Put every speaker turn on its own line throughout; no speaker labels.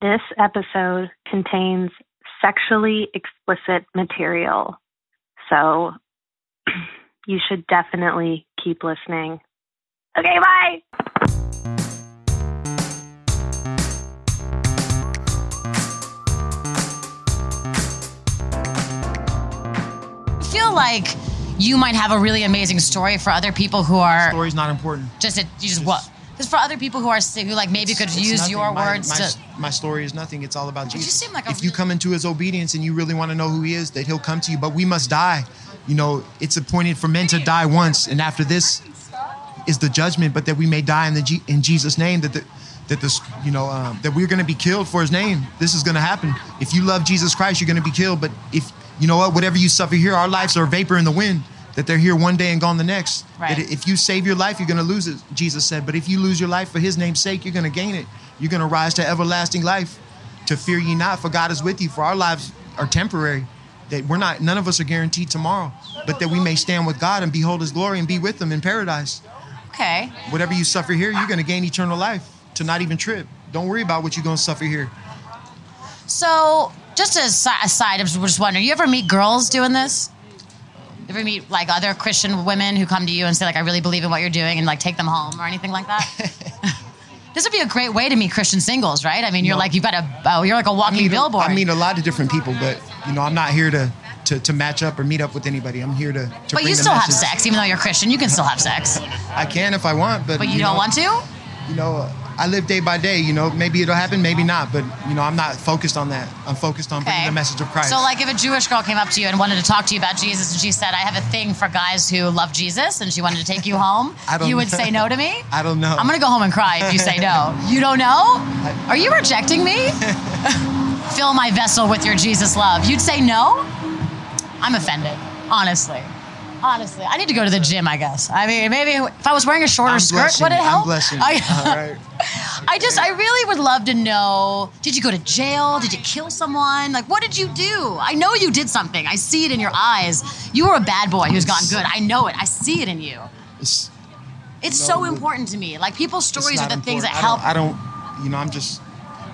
This episode contains sexually explicit material, so you should definitely keep listening. Okay, bye!
I feel like you might have a really amazing story for other people who are
story's not important.
just it- you just what just for other people who are si- who like maybe could
It's
use
nothing.
your
My-
words
My,
to
s- my story is nothing. It's all about
you
Jesus.
seem like a
if you
really-
come into His obedience and you really want to know who He is, that He'll come to you. But we must die. You know, it's appointed for men to die once, and after this is the judgment. But that we may die in the G- in Jesus' name. That the that this you know um, that we're going to be killed for His name. This is going to happen. If you love Jesus Christ, you're going to be killed. But if you know what, whatever you suffer here, our lives are a vapor in the wind. That they're here one day and gone the next.
Right.
That if you save your life, you're going to lose it, Jesus said. But if you lose your life for his name's sake, you're going to gain it. You're going to rise to everlasting life. To fear ye not, for God is with you. For our lives are temporary. That we're not, none of us are guaranteed tomorrow, but that we may stand with God and behold his glory and be with him in paradise.
okay
Whatever you suffer here, you're going to gain eternal life to not even trip. Don't worry about what you're going to suffer here.
so just as si- aside I'm just wondering you ever meet girls doing this You ever meet like other Christian women who come to you and say like I really believe in what you're doing and like take them home or anything like that this would be a great way to meet Christian singles right I mean you're
No.
like you've got a oh, you're like a walking
meet a-
billboard
I meet a lot of different people, but you know, I'm not here to to, to match up or meet up with anybody. I'm here to. to
but
bring
you
the
still have
message.
sex even though you're Christian you can still have sex
I can if I want, but
but you, don't
know,
want to
You know, I live day by day. You know, maybe it'll happen, maybe not. But you know, I'm not focused on that. I'm focused on bringing the message of Christ.
So, like, if a Jewish girl came up to you and wanted to talk to you about Jesus, and she said, "I have a thing for guys who love Jesus," and she wanted to take you home,
I don't
you would
know.
say no to me.
I don't know.
I'm gonna go home and cry if you say no. you don't know? Are you rejecting me? Fill my vessel with your Jesus love. You'd say no? I'm offended, honestly. Honestly, I need to go to the gym. I guess. I mean, maybe if I was wearing a shorter
I'm
skirt,
blessing.
would it help?
I'm blessing.
I-
All right.
I just, I really would love to know. Did you go to jail? Did you kill someone? Like, what did you do? I know you did something. I see it in your eyes. You were a bad boy who's gone good. I know it. I see it in you.
It's-
It's
No,
so
it-
important to me. Like, people's
it's
stories are
not
the things that
important.
help.
I don't, I don't. You know, I'm just.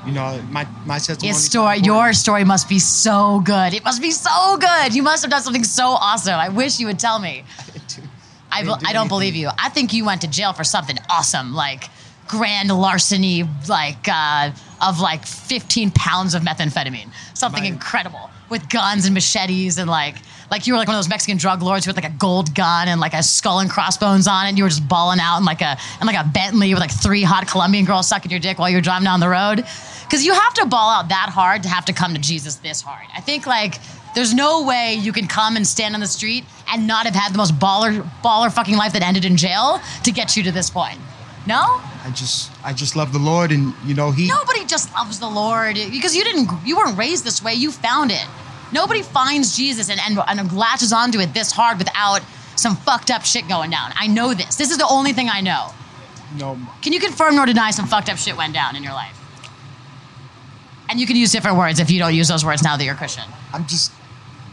You know, my my testimony.
Your story, your story must be so good. It must be so good. You must have done something so awesome. I wish you would tell me. I,
didn't
be-
do
I don't
anything.
believe you. I think you went to jail for something awesome, like grand larceny, like uh, of like 15 pounds of methamphetamine, something
My-
incredible with guns and machetes and like like you were like one of those Mexican drug lords with like a gold gun and like a skull and crossbones on it. And you were just balling out and like a and like a Bentley with like three hot Colombian girls sucking your dick while you were driving down the road. Because you have to ball out that hard to have to come to Jesus this hard. I think like there's no way you can come and stand on the street and not have had the most baller baller fucking life that ended in jail to get you to this point. No,
I just I just love the Lord, and you know He.
nobody just loves the Lord because you didn't you weren't raised this way. You found it. Nobody finds Jesus and and, and latches onto it this hard without some fucked up shit going down. I know this. This is the only thing I know.
You know,
Can you confirm nor deny some fucked up shit went down in your life? And you can use different words if you don't use those words now that you're Christian.
I'm just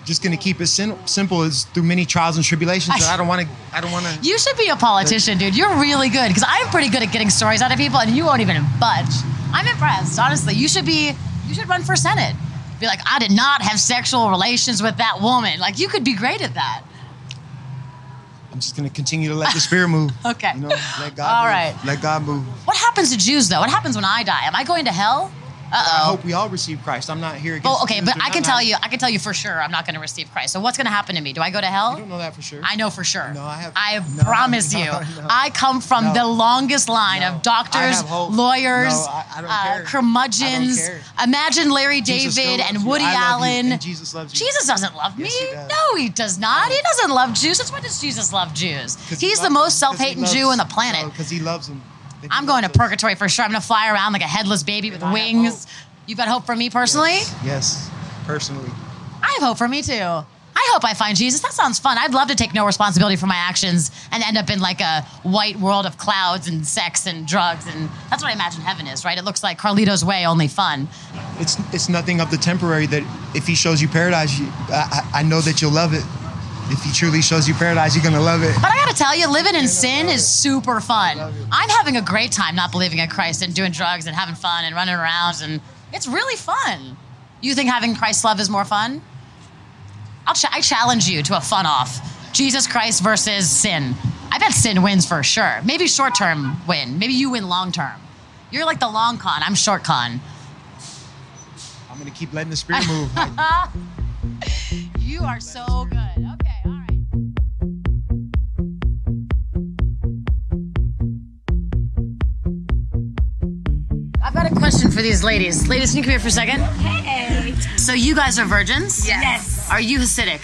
just gonna keep it sim- simple. It's through many trials and tribulations. but I don't want to. I don't want to.
You should be a politician, dude. You're really good because I'm pretty good at getting stories out of people, and you won't even budge. I'm impressed, honestly. You should be. You should run for senate. Be like, I did not have sexual relations with that woman. Like, you could be great at that.
I'm just gonna continue to let the spirit move.
Okay.
You know, let God.
All
move.
right.
Let God move.
What happens to Jews though? What happens when I die? Am I going to hell?
I
Uh oh.
hope we all receive Christ. I'm not here. Against
Well, okay,
Jews
but
or
I can
not.
tell you, I can tell you for sure, I'm not going to receive Christ. So what's going to happen to me? Do I go to hell?
I don't know that for sure.
I know for sure.
No, I have-
I
no,
promise
no,
you.
no,
I come from
no.
the longest line
No.
of doctors,
I have hope.
lawyers, uh,
No, I- I don't care.
curmudgeons.
I don't care.
Imagine Larry
Jesus still
David
loves
and
you.
Woody
I love you,
Allen.
and Jesus loves you.
Jesus doesn't love me.
Yes, he does.
no, he does not. He doesn't love Jews. That's why does Jesus love Jews?
'Cause he
He's the
loves
most
them, 'cause he
self-hating
loves-
Jew on the planet.
No, because he loves them. That he
I'm going to
loves us.
purgatory for sure. I'm going to fly around like a headless baby with
I have
wings.
hope.
You've got hope for me personally?
Yes, yes, personally.
I have hope for me too. I hope I find Jesus. That sounds fun. I'd love to take no responsibility for my actions and end up in like a white world of clouds and sex and drugs. And that's what I imagine heaven is, right? It looks like Carlito's Way, only fun.
It's it's nothing of the temporary. That if he shows you paradise, you, I, I I know that you'll love it. If he truly shows you paradise, you're gonna love it.
But I gotta tell you, living in sin
love
is
it.
super fun.
love it.
I'm having a great time not believing in Christ and doing drugs and having fun and running around and It's really fun. You think having Christ's love is more fun? I'll ch- I challenge you to a fun off. Jesus Christ versus sin. I bet sin wins for sure. Maybe short term win. Maybe you win long term. You're like the long con. I'm short con.
I'm gonna keep letting the spirit move.
You are so good. Okay, all right. I've got a question for these ladies. Ladies, can you come here for a second?
Hey.
So you guys are virgins?
Yes.
Are you Hasidic?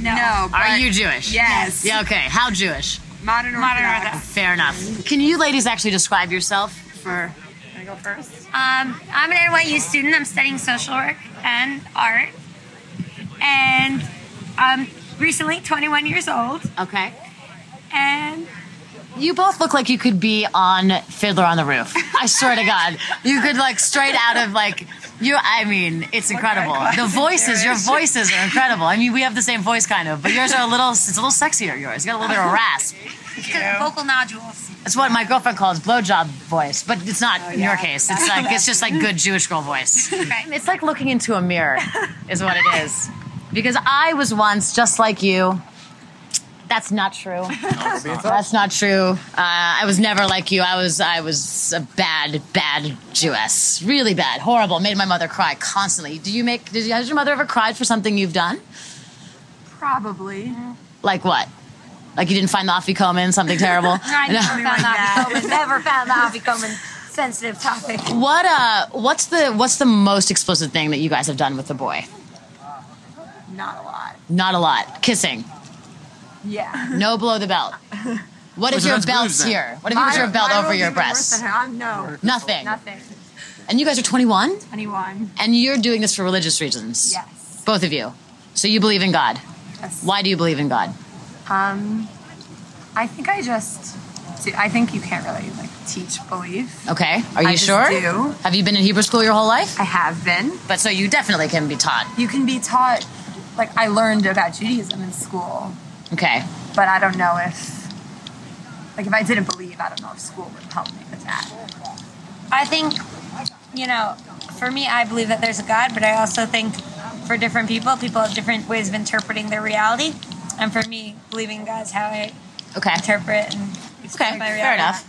No.
Are
but-
you Jewish?
Yes.
Yeah, okay. How Jewish?
Modern Orthodox.
Fair enough. Can you ladies actually describe yourself for
Can I go first?
Um, I'm an NYU student. I'm studying social work and art. And I'm recently 21 years old.
Okay.
And
You both look like you could be on Fiddler on the Roof. I swear to God, you could like straight out of like you. I mean, it's incredible. The voices, your voices are incredible. I mean, we have the same voice kind of, but yours are a little. It's a little sexier. Yours, you got a little bit of a rasp.
vocal nodules.
It's what my girlfriend calls blowjob voice, but it's not in your case. It's like it's just like good Jewish girl voice. It's like looking into a mirror, is what it is. Because I was once just like you. That's not true. That's not true. Uh, I was never like you. I was I was a bad bad Jewess, really bad, horrible. Made my mother cry constantly. Do you make? Did you, has your mother ever cried for something you've done?
Probably.
Like what? Like you didn't find the afikoman, something terrible.
I
No.
never found the Coleman. Never found the Harvey Coleman sensitive topic.
What uh? What's the what's the most explicit thing that you guys have done with the boy?
Not a lot.
Not a lot. Kissing.
Yeah.
No below the belt. What if
so
your
that's
belt's
blues then.
here? What if you put your
Mine-
belt
mine
over
was
your
even worse
breast?
than her. I'm no.
Nothing.
Nothing.
And you guys are 21,
21.
and you're doing this for religious reasons.
Yes.
Both of you. So you believe in God.
Yes.
Why do you believe in God?
Um, I think I just. See, I think you can't really like teach belief.
Okay. Are you
I just
sure?
do.
Have you been in Hebrew school your whole life?
I have been.
But so you definitely can be taught.
You can be taught. Like I learned about Judaism in school,
Okay.
but I don't know if. Like if I didn't believe, I don't know if school would help me with that.
I think, you know, for me, I believe that there's a God, but I also think for different people, people have different ways of interpreting their reality. And for me, believing in God is how I
Okay.
interpret and explain my reality.
Fair enough.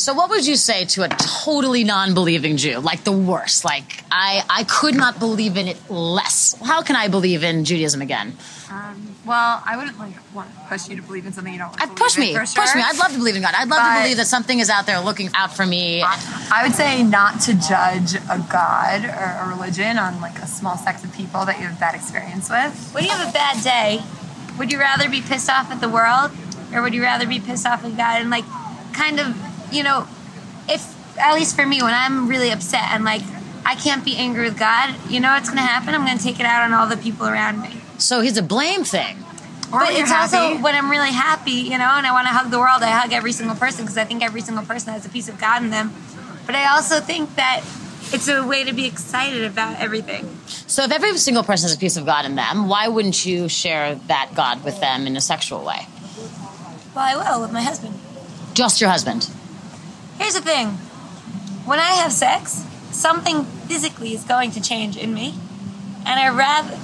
So what would you say to a totally non-believing Jew? Like the worst. Like I I could not believe in it less. How can I believe in Judaism again?
Um, well, I wouldn't like want to push you to believe in something you don't. Want
I
to
Uh, push me.
believe in, for
Push
sure.
me. I'd love to believe in God. I'd love to
But-
believe that something is out there looking out for me.
I would say not to judge a god or a religion on like a small sect of people that you have bad experience with.
When you have a bad day, would you rather be pissed off at the world or would you rather be pissed off at God? And like, kind of, you know, if at least for me, when I'm really upset and like I can't be angry with God, you know what's going to happen? I'm going to take it out on all the people around me.
So he's a blame thing.
Or
But
you're
it's
happy.
also when I'm really happy, you know, and I want to hug the world, I hug every single person because I think every single person has a piece of God in them. But I also think that it's a way to be excited about everything.
So if every single person has a piece of God in them, why wouldn't you share that God with them in a sexual way?
Well, I will with my husband.
Just your husband.
Here's the thing when I have sex, something physically is going to change in me. And I rather.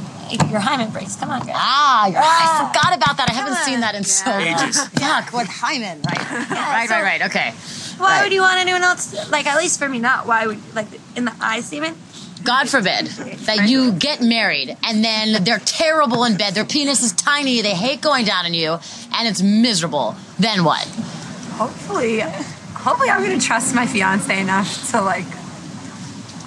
Your hymen breaks. Come on, guys.
Ah, you're- I forgot about that. I haven't
Come
seen
on.
that in so long.
Ages.
Fuck, what hymen, right? right,
so-
right, right. Okay.
Why
Right.
would you want anyone else? Like, at least for me, not why would, like, in the I statement.
God forbid that you get married and then they're terrible in bed. Their penis is tiny. They hate going down on you, and it's miserable. Then what?
hopefully, hopefully I'm gonna trust my fiance enough to like.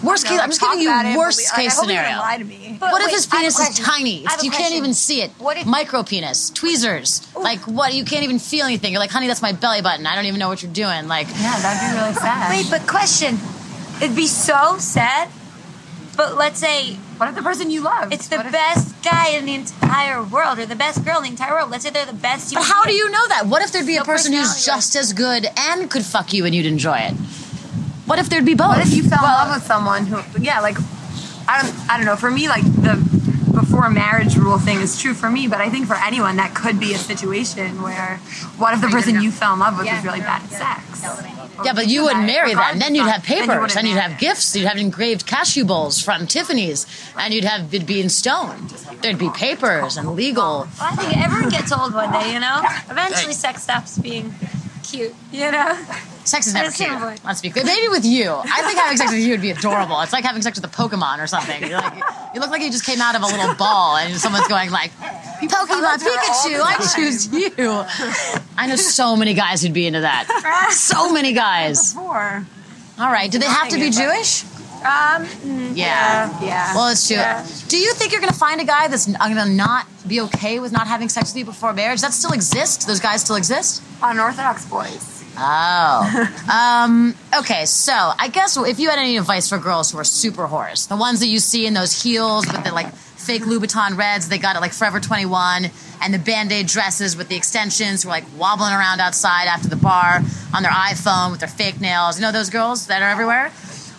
Worst case. I'm just giving
talk about it,
you worst
believe- I-
case
I hope he doesn't
scenario.
Lie to me.
What if
Wait,
his
I have a
penis is
question.
tiny?
I have a
You can't
question.
even see it.
What if-
Micro penis, tweezers. Like what? You can't even feel anything. You're like, honey, that's my belly button. I don't even know what you're doing. Like,
Yeah, that'd be really sad.
Wait, but question. It'd be so sad. But let's say
what if the person you love?
it's the
What if-
best guy in the entire world, or the best girl in the entire world. Let's say they're the best.
but
human
how do
being.
you know that? What if there'd be a
No
person who's
personality.
just as good and could fuck you and you'd enjoy it? What if there'd be both?
What if you fell in love with someone who? Yeah, like I don't. I don't know. For me, like the before before marriage rule thing is true for me, but I think for anyone that could be a situation where what if the person you fell in love with was really bad at sex?
Yeah, but you wouldn't marry them. Then you'd have
Then you
papers,
wouldn't
and you'd
marry
have
them.
gifts, you'd have engraved cashew bowls from Tiffany's, and you'd have it'd be in stone. Thered be papers and legal.
Well, I think everyone gets old one day, you know? Eventually, sex stops being cute, you know?
Sex is never
That's terrible.
cute. Let's be clear. Maybe with you, I think having sex with you would be adorable. It's like having sex with a Pokemon or something. You're like, you look like you just came out of a little ball, and someone's going like, "Pokemon Pikachu, I choose you." I know so many guys who'd be into that. So many guys.
Or
All right. Do they have to be Jewish?
um
Yeah.
yeah.
Well, it's true.
Yeah.
Do you think you're going to find a guy that's going to not be okay with not having sex with you before marriage? That still exists. Those guys still exist.
unorthodox boys.
Oh. um, okay, so I guess if you had any advice for girls who are super whores, the ones that you see in those heels with the like fake Louboutin reds, they got it like Forever 21, and the band aid dresses with the extensions who are like wobbling around outside after the bar on their iPhone with their fake nails. You know those girls that are everywhere?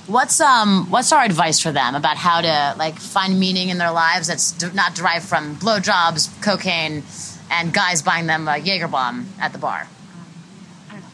What's um what's our advice for them about how to like find meaning in their lives that's d- not derived from blowjobs, cocaine, and guys buying them a Jaeger bomb at the bar?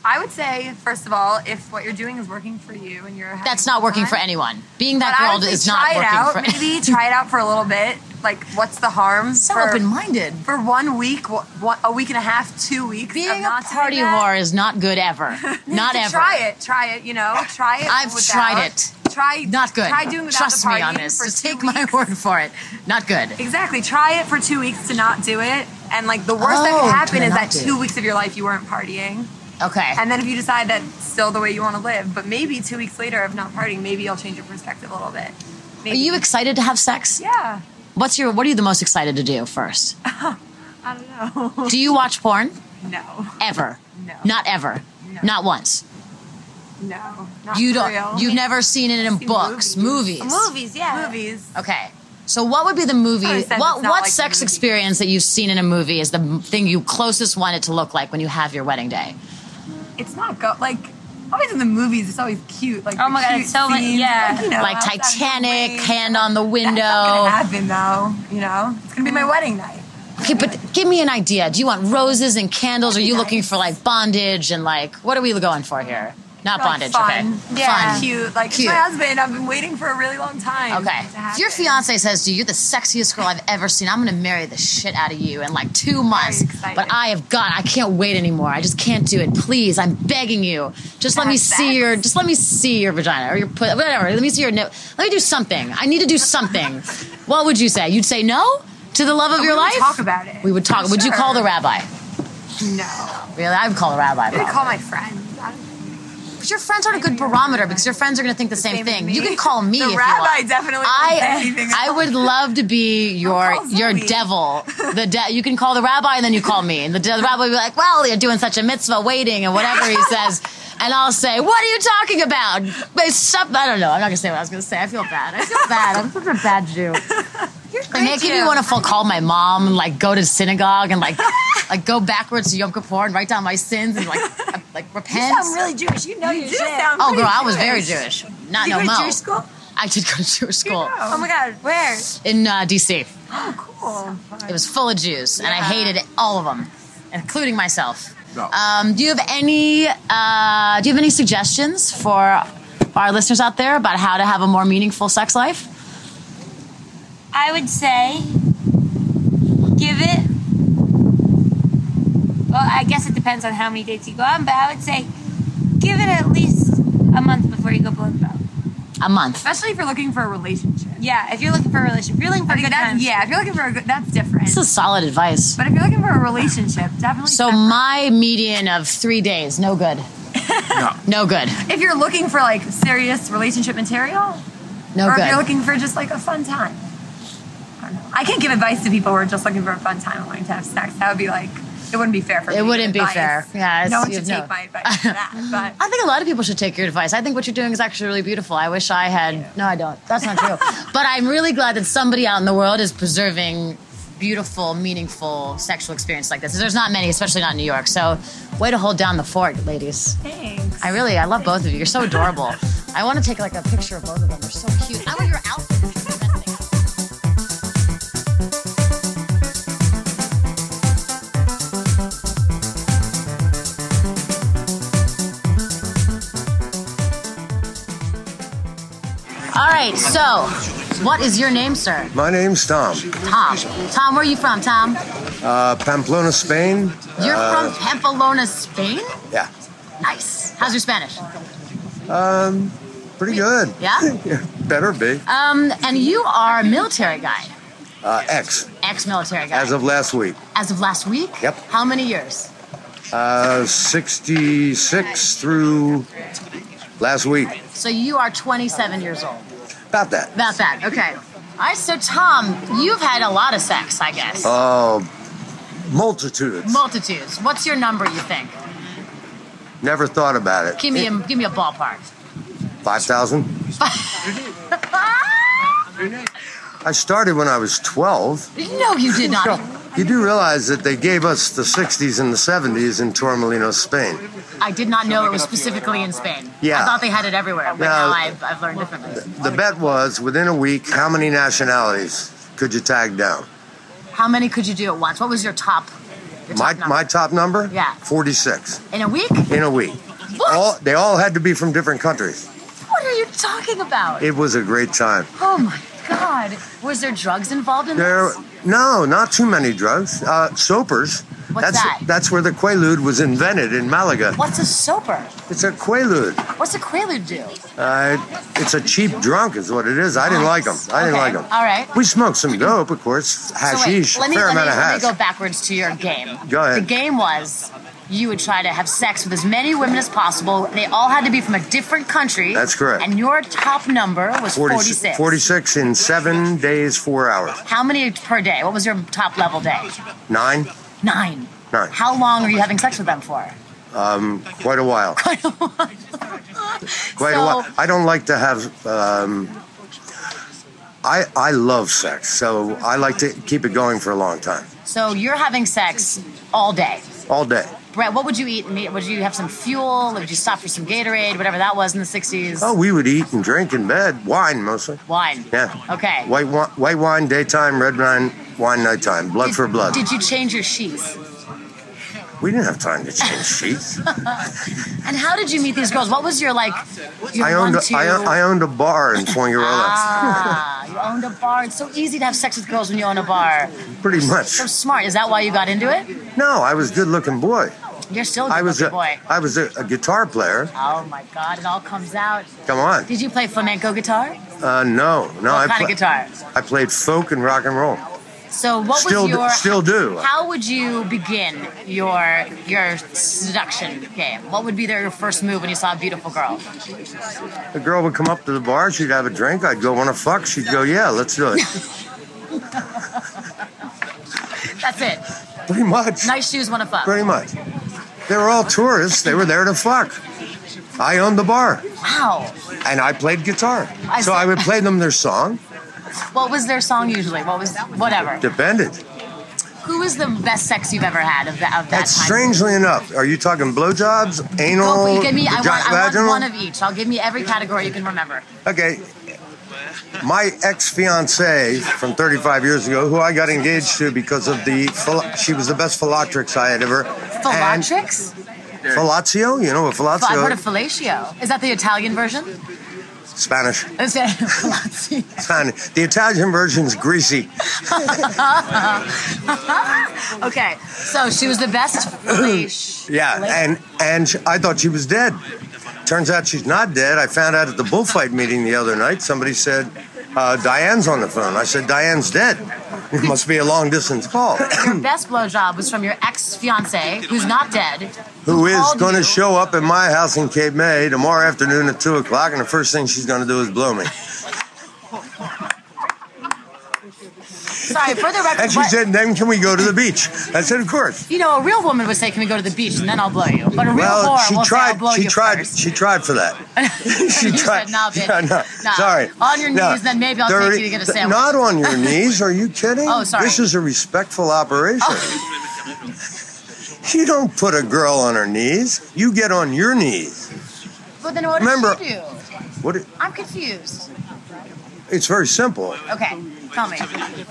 I would say, first of all, if what you're doing is working for you and you're having
That's not working for
fun,
anyone. Being
But
that
I
girl
would say
is not
try it
working
out.
for
Maybe try it out for a little bit. Like, what's the harm?
So
for,
open-minded.
for one week, wha- what, a week and a half, two weeks. of
Being a
not doing
party
that.
whore is not good ever. not
You
ever.
Try it. Try it. You know. Try it.
I've
without.
tried it.
Try
Not good.
Try doing without
Trust
the party
me on this.
For
Just
two
take
weeks.
my word for it. Not good.
Exactly. Try it for two weeks to not do it, and like the worst that
Oh,
could
to
happen is
not
that
do it.
two weeks of your life you weren't partying,
Okay.
and then if you decide that's still the way you want to live, but maybe two weeks later of not partying, maybe you'll change your perspective a little bit.
are
Maybe.
you excited to have sex?
Yeah.
What's your what are you the most excited to do first?
I don't know.
Do you watch porn?
no.
Ever.
No.
Not ever.
No.
Not once.
No. Not
you
for
don't
real.
you've never seen it in
seen
books,
movies.
movies.
Movies, yeah.
movies.
Okay. So what would be the movie?
I said
What
it's not
what
like a
sex
movie.
experience that you've seen in a movie is the m- thing you closest want it to look like when you have your wedding day?
It's not go like always in the movies. It's always cute. Like
Oh
the
my God,
cute
it's so much-
scenes,
yeah.
you know,
like
outside of the
Titanic,
plane.
hand on the
Oh, That's not gonna
window.
happen though. You know, it's gonna be my wedding night.
Okay, but give me an idea. Do you want roses and candles? Are you looking for like bondage and like what are we going for here? Not
Like,
bondage.
fun,
Okay.
Yeah.
Fun.
cute. Like it's
Cute.
my husband. I've been waiting for a really long time.
Okay.
to happen.
If your fiance says to you, "You're the sexiest girl I've ever seen. I'm gonna marry the shit out of you in like two months,"
excited.
but I have got, I can't wait anymore. I just can't do it. Please, I'm begging you. Just let me
Have
see
sex.
your, just let me see your vagina or your put, whatever. Let me see your nip. Let me do something. I need to do something. what would you say? You'd say no to the love of
We
your
would
life.
talk about it.
We would talk.
For
Would you
sure.
call the rabbi?
No,
Really, I would call the rabbi.
I'm gonna
probably.
call my friend. I don't-
But your friends aren't a good barometer because your friends are going to think the same,
same as
thing.
me.
You can call me
The
if
rabbi
you want.
definitely won't say
I
anything Oh,
I
else.
would love to be your
call
your
Zoe.
devil. The de- you can call the rabbi and then you call me, and the, de- the rabbi will be like, "Well, you're doing such a mitzvah, waiting, and whatever he says." And I'll say, "What are you talking about?" But some- I don't know. I'm not gonna say what I was gonna say. I feel bad. I feel bad. I'm such a bad Jew. Like, making me want to full call my mom and like go to synagogue and like like go backwards to Yom Kippur and write down my sins and like uh, like repent.
I'm really Jewish. You know
You
you're
do
Jewish.
sound.
Oh,
pretty
girl, I was very Jewish. Not
you
no
go to
mo.
Jewish school?
I did go to Jewish school
Oh my God, where?
in uh, D.C.
Cool.
It was full of Jews, and I hated all of them, including myself.
No.
Um, do you have any? Uh, do you have any suggestions for our listeners out there about how to have a more meaningful sex life?
I would say give it. Well, I guess it depends on how many dates you go on, but I would say give it at least a month before you go blow the bell.
A month.
Especially if you're looking for a relationship.
Yeah, if you're looking for a relationship, if you're looking for
I
a
think
good
that-
time.
yeah, if you're looking for a good, that's different.
This is solid advice.
but if you're looking for a relationship, definitely.
So
separate.
my median of three days, no good. No good.
if you're looking for like serious relationship material,
No
or if you're
good.
looking for just like a fun time. I don't know. I can't give advice to people who are just looking for a fun time and wanting to have sex. That would be like, it wouldn't be fair for me.
It
to
wouldn't be
give advice.
fair. Yeah, it's-
no one
you
should
know.
take my advice for that. But
I think a lot of people should take your advice. I think what you're doing is actually really beautiful. I wish I had. No, I don't. That's not true. but I'm really glad that somebody out in the world is preserving beautiful, meaningful sexual experience like this. There's not many, especially not in New York. So, way to hold down the fort, ladies.
thanks.
I really, I love both of you. You're so adorable. I want to take like a picture of both of them. They're so cute. I want your outfit. to be the best thing. Hello. What is your name, sir?
My name's Tom.
Tom. Tom, where are you from, Tom?
Uh, Pamplona, Spain.
You're from Pamplona, Spain?
Yeah.
Nice. How's your Spanish?
Pretty good.
Yeah?
Better be.
Um, and you are a military guy,
Uh, X,
ex military guy.
as of last week.
As of last week?
Yep.
How many years?
Uh, 66 through last week.
So you are 27 years old.
About that.
About that. Okay. All right, so Tom, you've had a lot of sex, I guess.
Oh, multitudes.
Multitudes. What's your number, you think?
Never thought about it.
Give me a, give me a ballpark.
5,000? Ah! I started when I was 12.
No, you did not.
You do realize that they gave us the 60s and the 70s in Torremolinos, Spain.
I did not know it was specifically in Spain.
Yeah.
I thought they had it everywhere, but
No.
now I've, I've learned differently.
The bet was within a week, how many nationalities could you tag down?
How many could you do at once? What was your top? Your top
My,
number?
my top number?
Yeah.
46
in a week?
in a week.
What?
All, they all had to be from different countries.
What are you talking about?
It was a great time.
oh my God! Was there drugs involved in
There,
this?
no, not too many drugs. Uh, soapers.
What's
that's,
that?
That's where the quaalude was invented in Malaga.
What's a soper?
It's a quaalude.
What's a quaalude do?
Uh, it's a cheap drunk, is what it is. I didn't like them. I didn't
Okay.
like them.
All right.
We smoked some dope, of course. Hashish.
so wait, let me,
fair
let, me,
amount of
let me
hash.
go backwards to your game.
Go ahead.
The game was you would try to have sex with as many women as possible. They all had to be from a different country.
That's correct.
And your top number was 46.
46 in seven days, four hours.
How many per day? What was your top level day?
Nine,
Nine.
Nine.
How long were you having sex with them for?
quite a while. Quite a while.
So-
I don't like to have. Um, I I love sex, so I like to keep it going for a long time,
So you're having sex all day.
all day.
Brett, what would you eat? Me- Would you have some fuel? Would you stop for some Gatorade? Whatever that was in the 60s.
Oh, we would eat and drink in bed, wine mostly.
Wine.
Yeah.
Okay.
White wine, white wine daytime, red wine, wine nighttime, blood
Did-
for blood.
Did you change your sheets?
we didn't have time to change sheets.
And how did you meet these girls? What was your like? Your
I owned a,
one, two,
I, own- I owned a bar in Poingarola,
Ah, you owned a bar. It's so easy to have sex with girls when you own a bar.
pretty much.
So smart. Is that why you got into it?
No, I was a good-looking boy.
You're still a
I was
good
a,
boy.
I was a, a guitar player.
Oh my God! It all comes out.
Come on.
Did you play flamenco guitar?
Uh, no, no. I
what kind
pla-
of guitar?
I played folk and rock and roll.
So what
Still,
was
do-
your?
still do.
How would you begin your your seduction game? What would be their first move when you saw a beautiful girl?
The girl would come up to the bar. She'd have a drink. I'd go, want to fuck? She'd go, yeah, let's do it.
That's it.
Pretty much.
Nice shoes, wanna fuck.
Pretty much. They were all tourists. They were there to fuck. I owned the bar
Wow.
and I played guitar.
I
so
see.
I would play them their song.
What was their song usually? What was whatever?
Depended.
Who was the best sex you've ever had of that of that
That's
time?
strangely enough. Are you talking blowjobs,
Go for,
anal,
you give me. I
vagi-
want, I want
vaginal?
one of each. I'll give me every category you can remember.
Okay. My ex fiancee from 35 years ago, who I got engaged to because of the, phil- she was the best philactrix I had ever. and-
Philatrix?
Fellatio? You know what
But I've heard
fellatio
of fellatio. Is that the Italian version?
Spanish.
Is it fellatio?
Spanish. The Italian version's greasy.
okay, so she was the best. fellatio-
Yeah, and and sh- I thought she was dead. Turns out she's not dead. I found out at the bullfight meeting the other night. Somebody said uh, Diane's on the phone. I said Diane's dead. It must be a long distance call.
Your best blowjob was from your ex fiance, who's not dead.
Who is
called
going to
you.
show up at my house in Cape May tomorrow afternoon at two o'clock? And the first thing she's going to do is blow me.
Sorry, for the record.
And she
what-
said, "Then can we go to the beach?" I said, "Of course."
you know, a real woman would say, "Can we go to the beach and then I'll blow you?" But a real
Well,
whore
she
will say, "I'll
tried.
blow
She
you
tried.
first."
She tried for that. she
You
tried.
said, "Nah, bitch.
Yeah, no.
Nah.
Sorry.
On your
No.
knees, then maybe I'll take
Dirty-
you to get a
th-
sandwich.
Not on your knees. Are you kidding?
Oh, sorry.
This is a respectful operation. you don't put a girl on her knees. You get on your knees.
But then what did
Remember-
she do?
What? It,
I'm confused.
it's very simple.
Okay, tell me.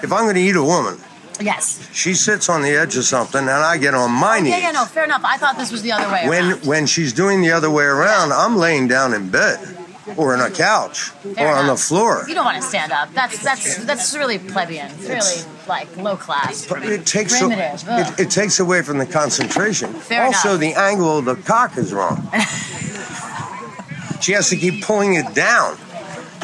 If I'm going to eat a woman,
Yes.
she sits on the edge of something, and I get on my knees.
Oh, Yeah, yeah, no, fair enough. I thought this was the other way.
When
around.
when she's doing the other way around, I'm laying down in bed. or on a couch
Fair
or on the
enough.
floor.
You don't want to stand up. That's that's that's really plebeian. It's really like low class.
But it takes a,
Primitive, ugh.
it, it takes away from the concentration.
Fair
also,
enough.
the angle of the cock is wrong. she has to keep pulling it down.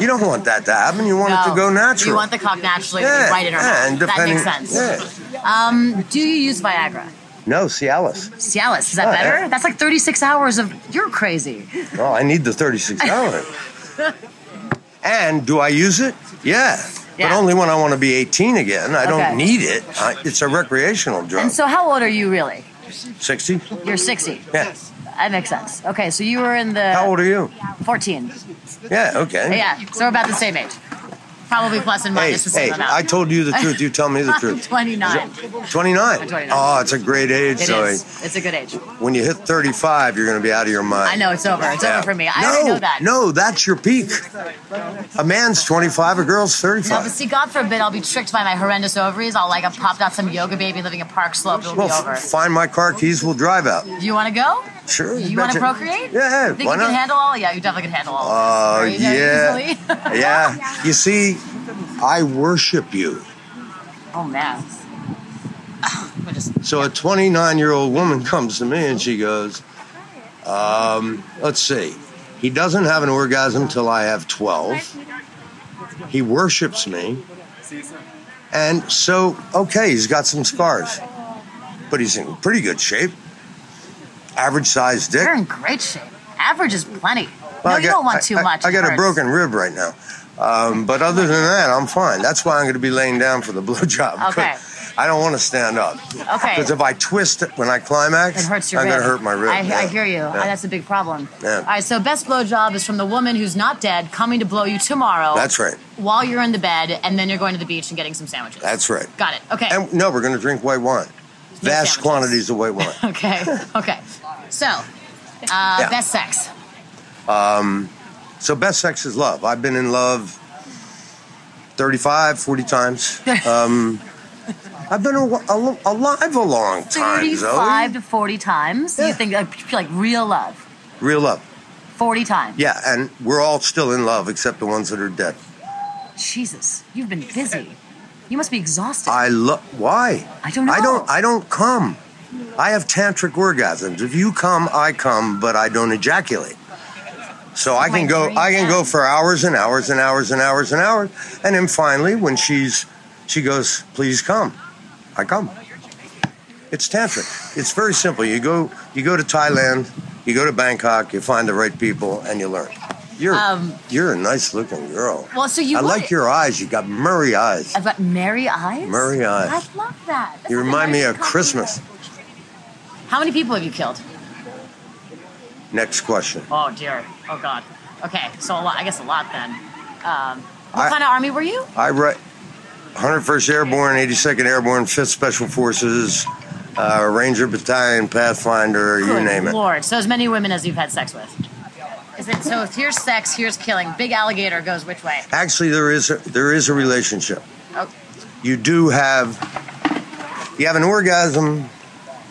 You don't want that to happen. You want it
No.
to go natural.
Oh, You want the cock naturally to be
yeah,
right in her
yeah,
mouth.
and
That
depending,
makes sense.
Yeah.
Um, do you use Viagra?
No, Cialis.
Cialis, is that
Oh, yeah.
better? That's like 36 hours of you're crazy.
Oh, I need the 36 hour. and do I use it? Yeah. But
Yeah.
only when I want to be 18 again. I
Okay.
don't need it. I, it's a recreational drug.
And so how old are you really?
60?
You're 60.
Yeah.
That makes sense. Okay, so you were in the
How old are you?
14.
Yeah, okay.
Yeah, so we're about the same age. Probably plus and
Hey,
minus the same
hey, I
amount.
told you the truth. You tell me the
I'm
truth.
29.
29.
29.
Oh, it's a great age,
It is.
Zoe.
It's a good age.
When you hit 35, you're going to be out of your mind.
I know it's over. It's
Yeah.
over for me. I
no,
already know that.
No, that's your peak. A man's 25, a girl's
No, but
35.
see, God forbid I'll be tricked by my horrendous ovaries. I'll like, I've popped out some yoga baby living in Park Slope. It'll
Well,
be
f-
over.
find my car keys, we'll drive out.
Do you want to go?
Sure.
You want to
betcha.
procreate?
Yeah,
Think
why
you
not?
can handle all? Yeah, you definitely can handle all.
Oh,
Very, very
yeah.
easily.
yeah. You see, I worship you.
oh man. We're just-
So a 29 year old woman comes to me and she goes, um, Let's see. He doesn't have an orgasm till I have 12. He worships me. And so, okay, he's got some scars, but he's in pretty good shape. Average sized dick.
You're in great shape. Average is plenty.
Well,
no,
I
you
got-
don't want
I-
too
I-
much.
I, got
It
a
hurts.
broken rib right now. Um, but other than that, I'm fine. That's why I'm going to be laying down for the blowjob. 'cause
Okay.
I don't want to stand up.
Okay.
Because if I twist it when I climax,
It hurts your
I'm
rib.
going to hurt my rib.
I, I
yeah.
hear you.
Yeah.
That's a big problem.
Yeah.
All right, so best blowjob is from the woman who's not dead coming to blow you tomorrow.
That's right.
While you're in the bed, and then you're going to the beach and getting some sandwiches.
That's right.
Got it. Okay.
And no, we're going to drink white wine. Vast
sandwiches.
quantities of white wine.
okay. Okay. So, uh,
Yeah.
best sex.
so, best sex is love. I've been in love 35, 40 times. Um, I've been al- al- alive a long time, Zoe.
Thirty-five to forty times. You
Yeah.
think like, like real love?
Real love.
Forty times.
Yeah, and we're all still in love except the ones that are dead.
Jesus, you've been busy. You must be exhausted.
I love. Why?
I don't know.
I don't. I don't come. I have tantric orgasms. If you come, I come, but I don't ejaculate. So I
my
can go. I can go for hours and hours and hours and hours and hours, and then finally, when she's, she goes, "Please come," I come. It's tantric. It's very simple. You go. You go to Thailand. You go to Bangkok. You find the right people, and you learn. You're you're a nice looking girl.
Well, so you
I
would-
like your eyes. You got merry eyes.
I've got merry eyes.
Merry eyes.
I love that. That's
You
like a
remind me
nice
of
compliment.
Christmas.
How many people have you killed?
Next question.
Oh dear. Oh god. Okay, so a lot. I guess a lot then. Um, what
I-
kind of army were you?
I write 101st Airborne, 82nd Airborne, 5th Special Forces, uh, Ranger Battalion, Pathfinder, you
Good
name it.
Lord, so as many women as you've had sex with. Is it so? If here's sex, here's killing. Big alligator goes which way?
Actually, there is a, there is a relationship.
Oh,
You do have you have an orgasm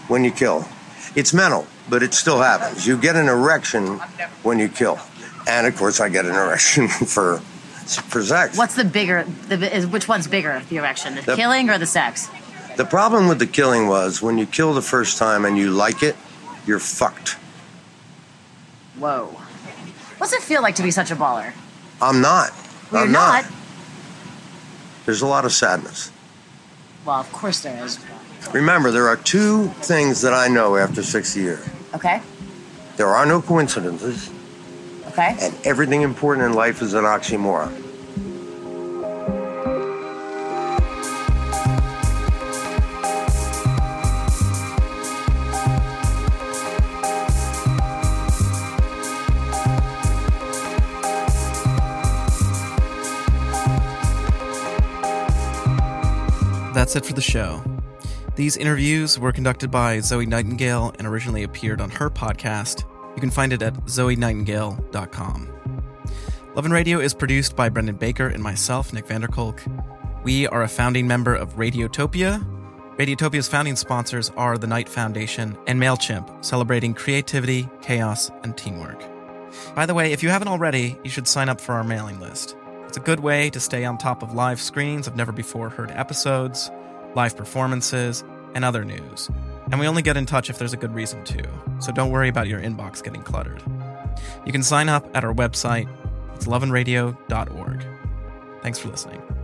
when you kill. It's mental, but it still happens. You get an erection when you kill, and of course, I get an erection for for sex.
what's the bigger? The, is, which one's bigger? The erection, the,
The-
killing, or the sex?
The problem with the killing was when you kill the first time and you like it, you're fucked.
Whoa. What's it feel like to be such a baller?
I'm not.
Well,
I'm
you're
not.
not.
There's a lot of sadness.
Well, of course there is.
Remember, there are two things that I know after 60 years
Okay.
there are no coincidences,
Okay.
and everything important in life is an oxymoron.
That's it for the show. These interviews were conducted by Zoe Nightingale and originally appeared on her podcast. You can find it at zoenightingale.com. Love and Radio is produced by Brendan Baker and myself, Nick Vanderkolk. We are a founding member of Radiotopia. Radiotopia's founding sponsors are the Knight Foundation and MailChimp, celebrating creativity, chaos, and teamwork. By the way, if you haven't already, you should sign up for our mailing list. It's a good way to stay on top of live screens of never before heard episodes, live performances, and other news. And we only get in touch if there's a good reason to, so don't worry about your inbox getting cluttered. You can sign up at our website, it's loveandradio.org. Thanks for listening.